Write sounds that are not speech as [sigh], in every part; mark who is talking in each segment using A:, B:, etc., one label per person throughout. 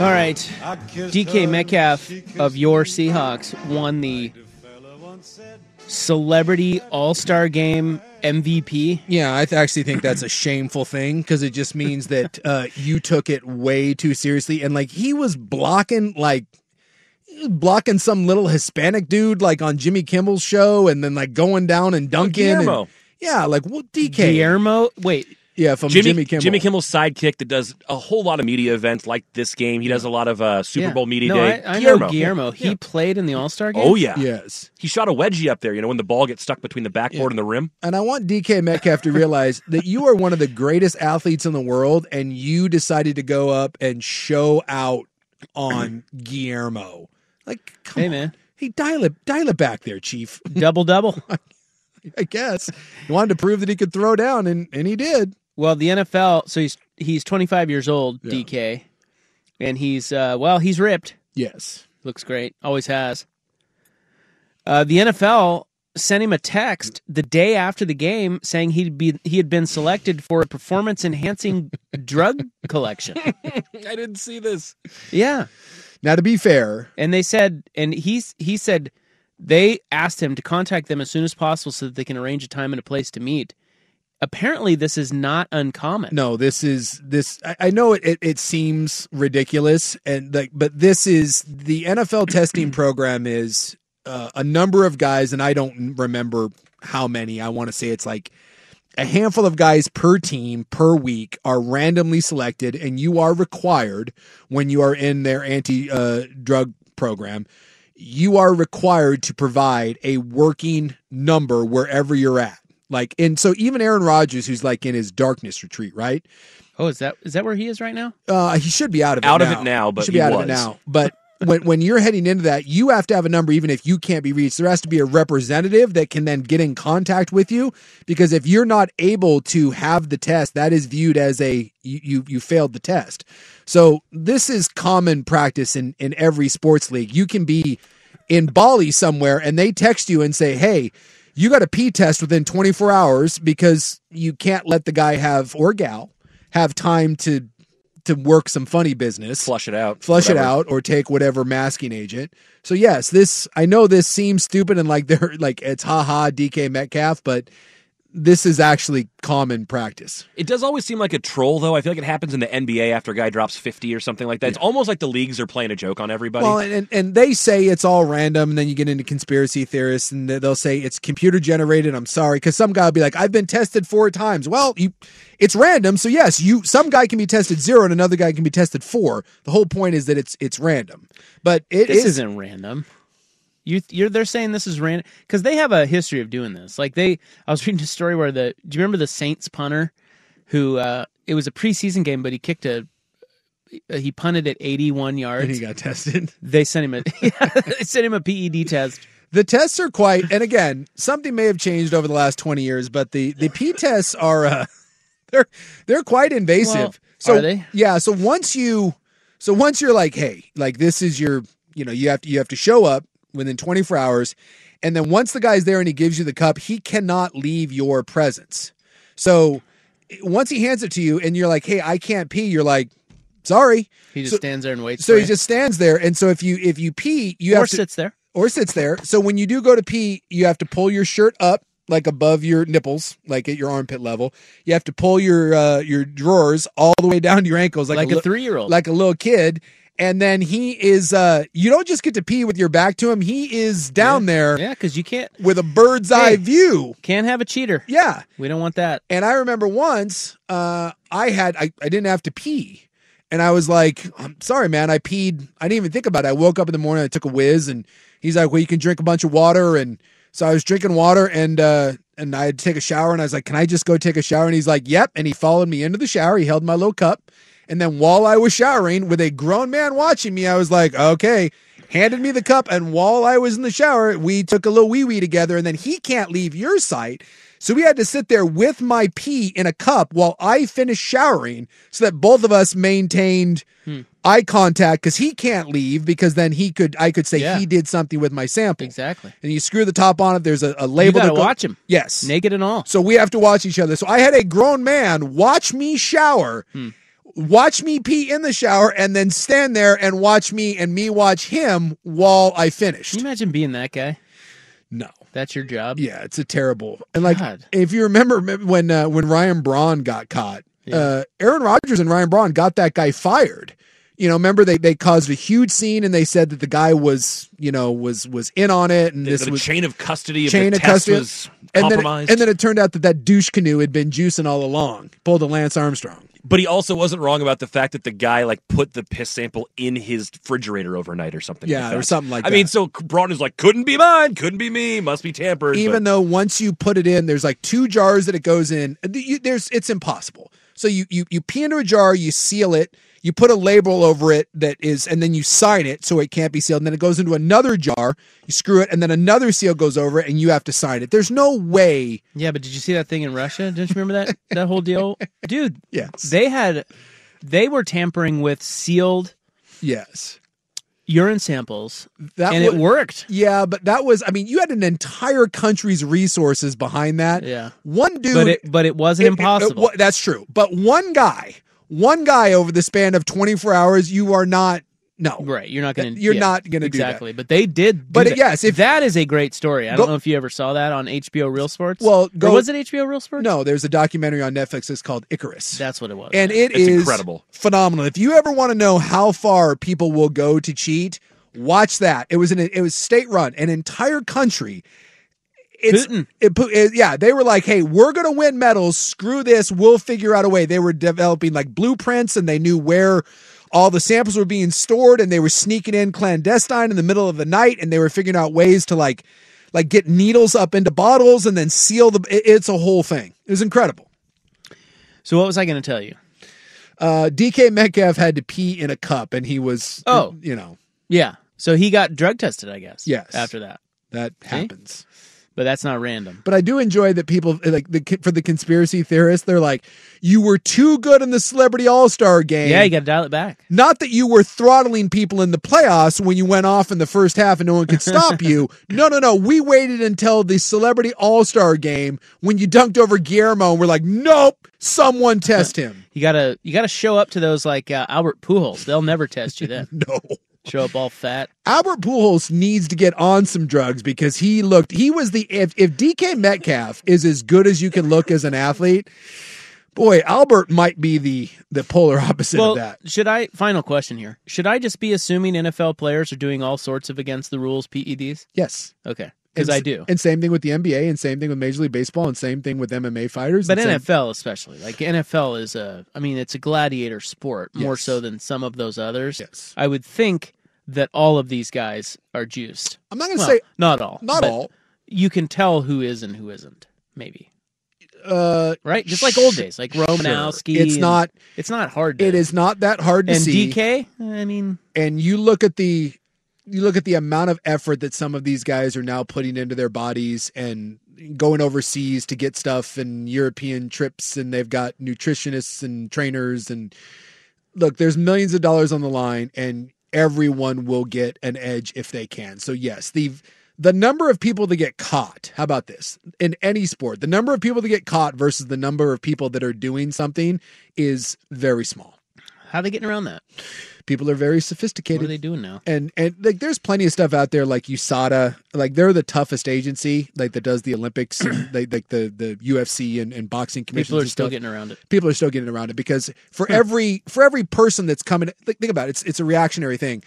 A: All right. DK Metcalf of your Seahawks won the celebrity all star game MVP.
B: Yeah, I th- actually think that's a shameful thing because it just means that uh, you took it way too seriously. And like he was blocking, like he was blocking some little Hispanic dude, like on Jimmy Kimmel's show, and then like going down and dunking. and-
C: Guillermo.
B: yeah, like well, DK.
A: Guillermo, wait,
B: Yeah, from Jimmy,
C: Jimmy,
B: Kimmel.
C: Kimmel's sidekick that does a whole lot of media events like this game. He does a lot of uh, Super
A: yeah.
C: Bowl media
A: No,
C: day.
A: I, I know Guillermo. He played in the All Star game.
C: Oh yeah.
B: Yes.
C: He shot a wedgie up there, you know, when the ball gets stuck between the backboard and the rim.
B: And I want DK Metcalf to realize that you are one of the greatest athletes in the world, and you decided to go up and show out on Guillermo. Like, come
A: Hey,
B: on.
A: man.
B: Hey, dial it, dial it back there, Chief. [laughs]
A: Double
C: [laughs]
A: double.
B: I guess he wanted to prove that he could throw down, and and he did.
A: Well, the NFL. So he's he's 25 years old,
B: Yeah.
A: DK, and he's uh, well, he's ripped.
B: Yes.
A: Looks great. Always has. Uh, the NFL sent him a text the day after the game saying he'd be he had been selected for a performance enhancing drug collection.
C: I didn't see this.
A: Yeah.
B: Now, to be fair,
A: And they said, and he's he said they asked him to contact them as soon as possible so that they can arrange a time and a place to meet. Apparently, this is not uncommon.
B: no, this is this. I, I know it, it it seems ridiculous, and like, but this is the NFL testing program is uh, a number of guys, and I don't remember how many. I want to say it's like a handful of guys per team per week are randomly selected, and you are required when you are in their anti uh, drug program. You are required to provide a working number wherever you're at. Like, and so even Aaron Rodgers, who's like in his darkness retreat, right?
A: Oh, is that is that where he is right now?
B: Uh, he should be out of it
C: Out
B: now.
C: of it now, but
B: he should be
C: he
B: out of it
C: was.
B: now. But when when you're heading into that, you have to have a number, even if you can't be reached. There has to be a representative that can then get in contact with you, because if you're not able to have the test, that is viewed as a you you, you failed the test. So this is common practice in in every sports league. You can be in Bali somewhere, and they text you and say, "Hey." You got a pee test within 24 hours because you can't let the guy have or gal have time to to work some funny business,
C: Flush it out.
B: flush it
C: Whatever.
B: out, or take whatever masking agent. So yes, this I know this seems stupid and like they're [laughs] like it's haha DK Metcalf, but this is actually common practice.
C: It does always seem like a troll, though. I feel like it happens in the NBA after a guy drops 50 or something like that. It's almost like the leagues are playing a joke on everybody.
B: Well, and, and and they say it's all random, and then you get into conspiracy theorists, and they- they'll say it's computer generated. I'm sorry, because some guy will be like, I've been tested four times. Well, you, it's random, so yes, you some guy can be tested zero, and another guy can be tested four. The whole point is that it's it's random, but it
A: This
B: is-
A: is, not random. You you're they're saying this is random because they have a history of doing this. Like they, I was [laughs] reading a story where the do you remember the Saints punter who uh it was a preseason game, but he kicked a uh, he punted at 81 yards.
B: and he got tested. [laughs]
A: they sent him a [laughs] they sent him a PED test.
B: The tests are quite, and again, something may have changed over the last twenty years, but the the P tests are uh, [laughs] they're they're quite invasive.
A: Well,
B: so
A: are they?
B: yeah, so once you so once you're like, hey, like this is your you know you have to you have to show up within twenty four hours, and then once the guy's there and he gives you the cup, he cannot leave your presence. So once he hands it to you, and you're like, hey, I can't pee, you're like, sorry.
A: He just
B: So-
A: stands there and waits.
B: So
A: for
B: he
A: it.
B: just stands there, and so if you if you pee, you
A: or
B: have to
A: sits there.
B: or sits there. So when you do go to pee, you have to pull your shirt up like above your nipples, like at your armpit level. You have to pull your uh, your drawers all the way down to your ankles, like,
A: Like,
B: a,
A: a
B: li-
A: three year old.
B: like a little kid. and then he is uh you don't just get to pee with your back to him. He is down there
A: Yeah, because you can't
B: with a bird's eye
A: Hey.
B: view.
A: can't have a cheater.
B: Yeah.
A: We don't want that.
B: And I remember once uh, I had I, I didn't have to pee. And I was like, I'm sorry, man. I peed. I didn't even think about it. I woke up in the morning, I took a whiz, and he's like, Well, you can drink a bunch of water. And so I was drinking water and uh and I had to take a shower and I was like, Can I just go take a shower? And he's like, Yep. And he followed me into the shower. He held my little cup. And then while I was showering with a grown man watching me, I was like, Okay. Handed me the cup, and while I was in the shower, we took a little wee wee together, and then he can't leave your sight. So we had to sit there with my pee in a cup while I finished showering so that both of us maintained
A: Hmm.
B: eye contact because he can't leave because then he could I could say
A: Yeah.
B: he did something with my sample.
A: Exactly.
B: And you screw the top on it, there's a, a
A: you
B: label that
A: gotta
B: go-
A: watch him
B: Yes.
A: naked and all.
B: So we have to watch each other. So I had a grown man watch me shower, watch me pee in the shower, and then stand there and watch me and me watch him while I
A: Can
B: finished.
A: you imagine being that guy?
B: No.
A: That's your job.
B: Yeah, it's a terrible. And like,
A: God.
B: if you remember m- when uh, when Ryan Braun got caught, uh, Aaron Rodgers and Ryan Braun got that guy fired. You know, remember they they caused a huge scene and they said that the guy was you know was was in on it and
C: The,
B: this
C: the
B: was
C: chain of custody of
B: chain
C: the
B: of
C: test
B: custody
C: was
B: and then,
C: compromised.
B: and then it turned out that that douche canoe had been juicing all along. Pulled a Lance Armstrong.
C: but he also wasn't wrong about the fact that the guy like put the piss sample in his refrigerator overnight or something.
B: Yeah,
C: like that.
B: or something like
C: I
B: that.
C: mean, so Braun is like, couldn't be mine, couldn't be me, must be tampered.
B: Even
C: but
B: though once you put it in, there's like two jars that it goes in. Uh, You, there's it's impossible. So you you you pee into a jar, you seal it, you put a label over it that is, and then you sign it so it can't be sealed. And then it goes into another jar, you screw it, and then another seal goes over it, and you have to sign it. There's no way.
A: Yeah, but did you see that thing in Russia? Don't you remember that that whole
B: [laughs]
A: deal, dude?
B: Yes.
A: They had, they were tampering with sealed
B: Yes,
A: urine samples,
B: that
A: and
B: wa-
A: it worked.
B: Yeah, but that was. I mean, you had an entire country's resources behind that.
A: Yeah.
B: one dude.
A: but it but it wasn't
B: It- it- it
A: impossible.
B: wa- that's true. But one guy, one guy over the span of 24 hours, you are not. No.
A: right, you're not gonna
B: You're
A: yeah,
B: not gonna do that.
A: exactly. But they did. do
B: But,
A: that.
B: yes, if-
A: that is a great story. I
B: Go-
A: don't know if you ever saw that on HBO Real Sports.
B: Well, go-
A: or was it HBO Real Sports?
B: No, there's a documentary on Netflix that's called Icarus.
A: that's what it was.
B: and it
C: It's
B: is
C: incredible.
B: phenomenal. If you ever want to know how far people will go to cheat, watch that. It was an it was state run, an entire country. It's
A: Putin.
B: it pu- it- yeah, they were like, "Hey, we're gonna win medals. Screw this. We'll figure out a way." They were developing like blueprints, and they knew where all the samples were being stored, and they were sneaking in clandestine in the middle of the night, and they were figuring out ways to like like get needles up into bottles and then seal the. it- it's a whole thing. It was incredible.
A: so what was I gonna tell you?
B: Uh, DK Metcalf had to pee in a cup, and he was
A: Oh.
B: you know
A: Yeah. So he got drug tested, I guess.
B: Yes.
A: After that,
B: that happens.
A: but that's not random.
B: But I do enjoy that people like the for the conspiracy theorists. They're like, you were too good in the Celebrity All Star game.
A: Yeah, you got to dial it back.
B: Not that you were throttling people in the playoffs when you went off in the first half and no one could
A: [laughs]
B: stop you. No, no, no. We waited until the celebrity all star game when you dunked over Guillermo and we're like, nope, someone test him. [laughs]
A: You gotta you gotta show up to those like uh, Albert Pujols. They'll never test you then.
B: No.
A: [laughs] show up all fat.
B: Albert Pujols needs to get on some drugs because he looked, he was the, if, if DK Metcalf is as good as you can look as an athlete, boy, Albert might be the, the polar opposite
A: Well,
B: of that.
A: should I? Final question here. Should I just be assuming NFL players are doing all sorts of against the rules PEDs?
B: Yes.
A: Okay, because
B: And
A: I
B: s-
A: do.
B: And same thing with the NBA, and same thing with Major League Baseball, and same thing with MMA fighters.
A: But
B: and same-
A: NFL especially, like NFL is a, I mean, it's a gladiator sport more
B: Yes.
A: so than some of those others.
B: Yes.
A: I would think that all of these guys are juiced.
B: I'm not going to
A: Well,
B: say
A: not all.
B: not
A: but
B: all.
A: You can tell who is and who isn't. Maybe
B: Uh,
A: right, just like old
B: Sure.
A: days, like Romanowski.
B: sure. It's
A: and-
B: not.
A: It's not hard. To,
B: It is not that hard to
A: And
B: see.
A: DK, I mean,
B: And you look at the, you look at the amount of effort that some of these guys are now putting into their bodies and going overseas to get stuff and European trips, and they've got nutritionists and trainers and look, there's millions of dollars on the line, and everyone will get an edge if they can. So yes, the the number of people that get caught. How about this in any sport? The number of people that get caught versus the number of people that are doing something is very small.
A: How are they getting around that?
B: People are
A: What
B: very
A: are
B: sophisticated.
A: they doing now?
B: and and like there's plenty of stuff out there like USADA, like they're the toughest agency like that does
A: [clears throat]
B: the Olympics, and they like the the UFC and, and boxing commissions.
A: People are
B: and
A: still
B: stuff.
A: getting around it.
B: people are still getting around it because for every for every person that's coming, think, think about it, it's it's a reactionary thing.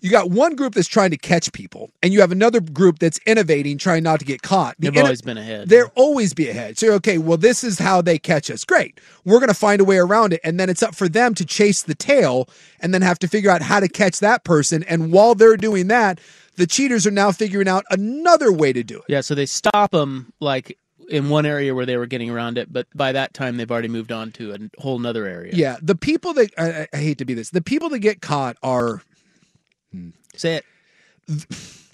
B: You got one group that's trying to catch people, and you have another group that's innovating, trying not to get caught. The
A: They've
B: inno-
A: always been ahead.
B: they're always be ahead. So you're, okay, well, this is how they catch us. Great. We're gonna find a way around it. And then it's up for them to chase the tail and then have to figure out how to catch that person. And while they're doing that, the cheaters are now figuring out another way to do it.
A: Yeah, so they stop them like in one area where they were getting around it, but by that time they've already moved on to a whole nother area.
B: Yeah. The people that I, I- I hate to be this, the people that get caught are
A: Say it.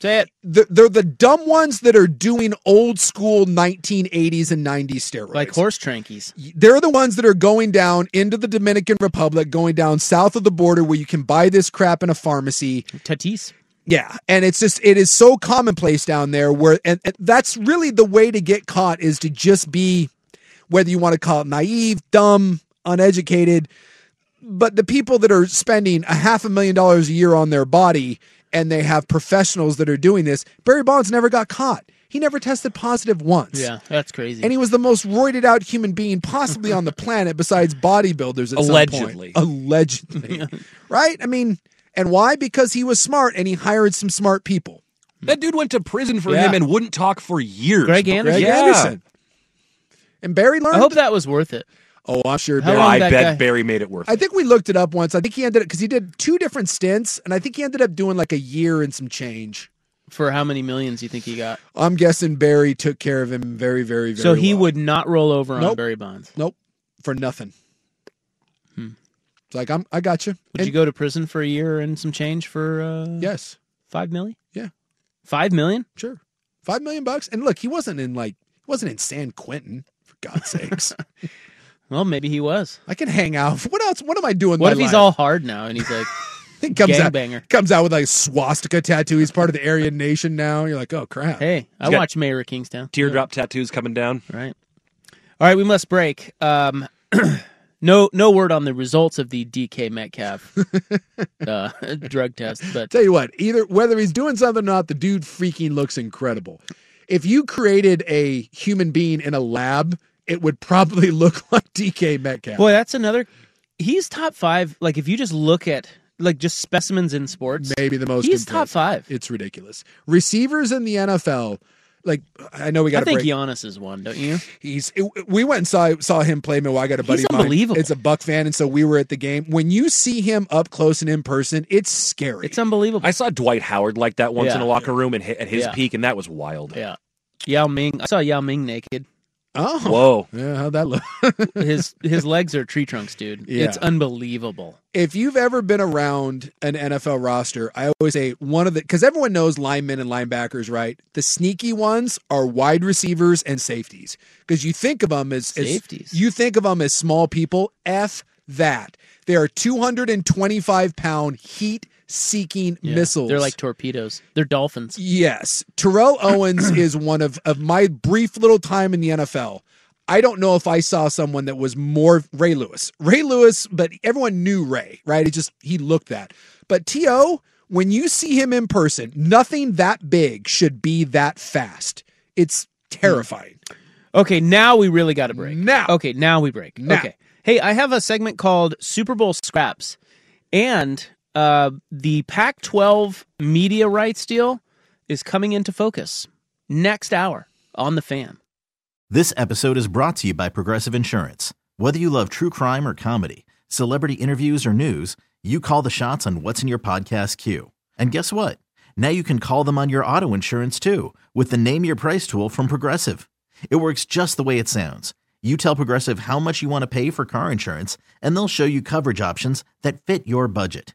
A: Say it.
B: they're, they're the dumb ones that are doing old school 1980s and 90s steroids.
A: Like horse trankies.
B: they're the ones that are going down into the Dominican Republic, going down south of the border where you can buy this crap in a pharmacy.
A: Tatis.
B: Yeah, and it's just it is so commonplace down there where and, and that's really the way to get caught is to just be whether you want to call it naive, dumb, uneducated, but the people that are spending a half a million dollars a year on their body and they have professionals that are doing this, Barry Bonds never got caught. He never tested positive once.
A: Yeah, that's crazy.
B: And he was the most roided out human being
A: [laughs]
B: possibly on the planet besides bodybuilders at
C: Allegedly.
B: some point.
A: [laughs]
B: Allegedly. right? I mean, and why? Because he was smart and he hired some smart people.
C: That dude went to prison for
A: Yeah.
C: him and wouldn't talk for years.
A: Greg Anderson.
B: Greg
C: Yeah.
B: Anderson. And Barry learned.
A: I hope that was worth it.
B: oh, I'm sure
A: How
C: Oh,
B: Barry.
A: long
C: I
A: that
C: bet
A: guy-
C: Barry made it worth.
B: I
C: it.
B: think we looked it up once. I think he ended up because he did two different stints, and I think he ended up doing like a year and some change.
A: For how many millions you think he got?
B: I'm guessing Barry took care of him very, very, very.
A: so he
B: well.
A: would not roll over on
B: Nope.
A: Barry Bonds.
B: Nope, for nothing. It's like I'm. I got you.
A: Hmm. Would
B: And-
A: you go to prison for a year and some change for uh,
B: Yes.
A: five million?
B: Yeah.
A: Five million?
B: Sure. Five million bucks. And look, he wasn't in like he wasn't in San Quentin, for God's sakes.
A: [laughs] Well, maybe he was.
B: I can hang out. What else? What am I doing? with
A: What
B: my
A: if he's
B: life?
A: all hard now and he's [laughs] like,
B: he comes out
A: gangbanger?
B: comes out with like a swastika tattoo? He's part of the Aryan nation now. You're like, oh crap.
A: hey, I
C: got-
A: watch Mayor of Kingstown.
C: Teardrop tattoos coming down.
A: Right. All right, we must break. Um, [clears throat] no, no word on the results of the DK [laughs] Metcalf uh, [laughs] drug test, but
B: Tell you what, either whether he's doing something or not, the dude freaking looks incredible. If you created a human being in a lab, it would probably [laughs] look like DK Metcalf.
A: boy, that's another. He's top five. Like if you just look at like just specimens in sports,
B: Maybe the most
A: he's top
B: impressive.
A: five.
B: It's ridiculous. Receivers in the NFL, like I know we
A: I
B: got to
A: think
B: break.
A: Giannis is one, don't you?
B: He's it- we went and saw saw him play Milwaukee. I got a buddy.
A: He's
B: of mine.
A: unbelievable.
B: It's a Buck fan, and so we were at the game. When you see him up close and in person, it's scary.
A: It's unbelievable.
C: I saw Dwight Howard like that once
A: Yeah.
C: in a locker room and hit at his
A: Yeah.
C: peak, and that was wild.
A: yeah, Yao Ming. I saw Yao Ming naked.
B: oh,
C: Whoa.
B: yeah, how'd that look?
A: His his legs are tree trunks, [laughs] dude.
B: Yeah.
A: It's unbelievable.
B: if you've ever been around an NFL roster, I always say one of the because everyone knows linemen and linebackers, right? The sneaky ones are wide receivers and safeties because you think of them as, as-
A: Safeties.
B: you think of them as small people. F that they are 225 pound heat seeking
A: Yeah.
B: missiles.
A: They're like torpedoes. They're dolphins.
B: Yes. Terrell Owens is one of, of my brief little time in the NFL. I don't know if I saw someone that was more Ray Lewis. Ray Lewis, but everyone knew Ray, right? It just, he looked that. But T.O., when you see him in person, nothing that big should be that fast. It's terrifying.
A: Okay, now we really got to break.
B: Now.
A: Okay, now we break.
B: Now.
A: Okay. Hey, I have a segment called Super Bowl Scraps, and uh, the Pac 12 media rights deal is coming into focus next hour on The Fan.
D: This episode is brought to you by Progressive Insurance. Whether you love true crime or comedy, celebrity interviews or news, you call the shots on what's in your podcast queue. And guess what? Now you can call them on your auto insurance too with the Name Your Price tool from Progressive. It works just the way it sounds. You tell Progressive how much you want to pay for car insurance, and they'll show you coverage options that fit your budget.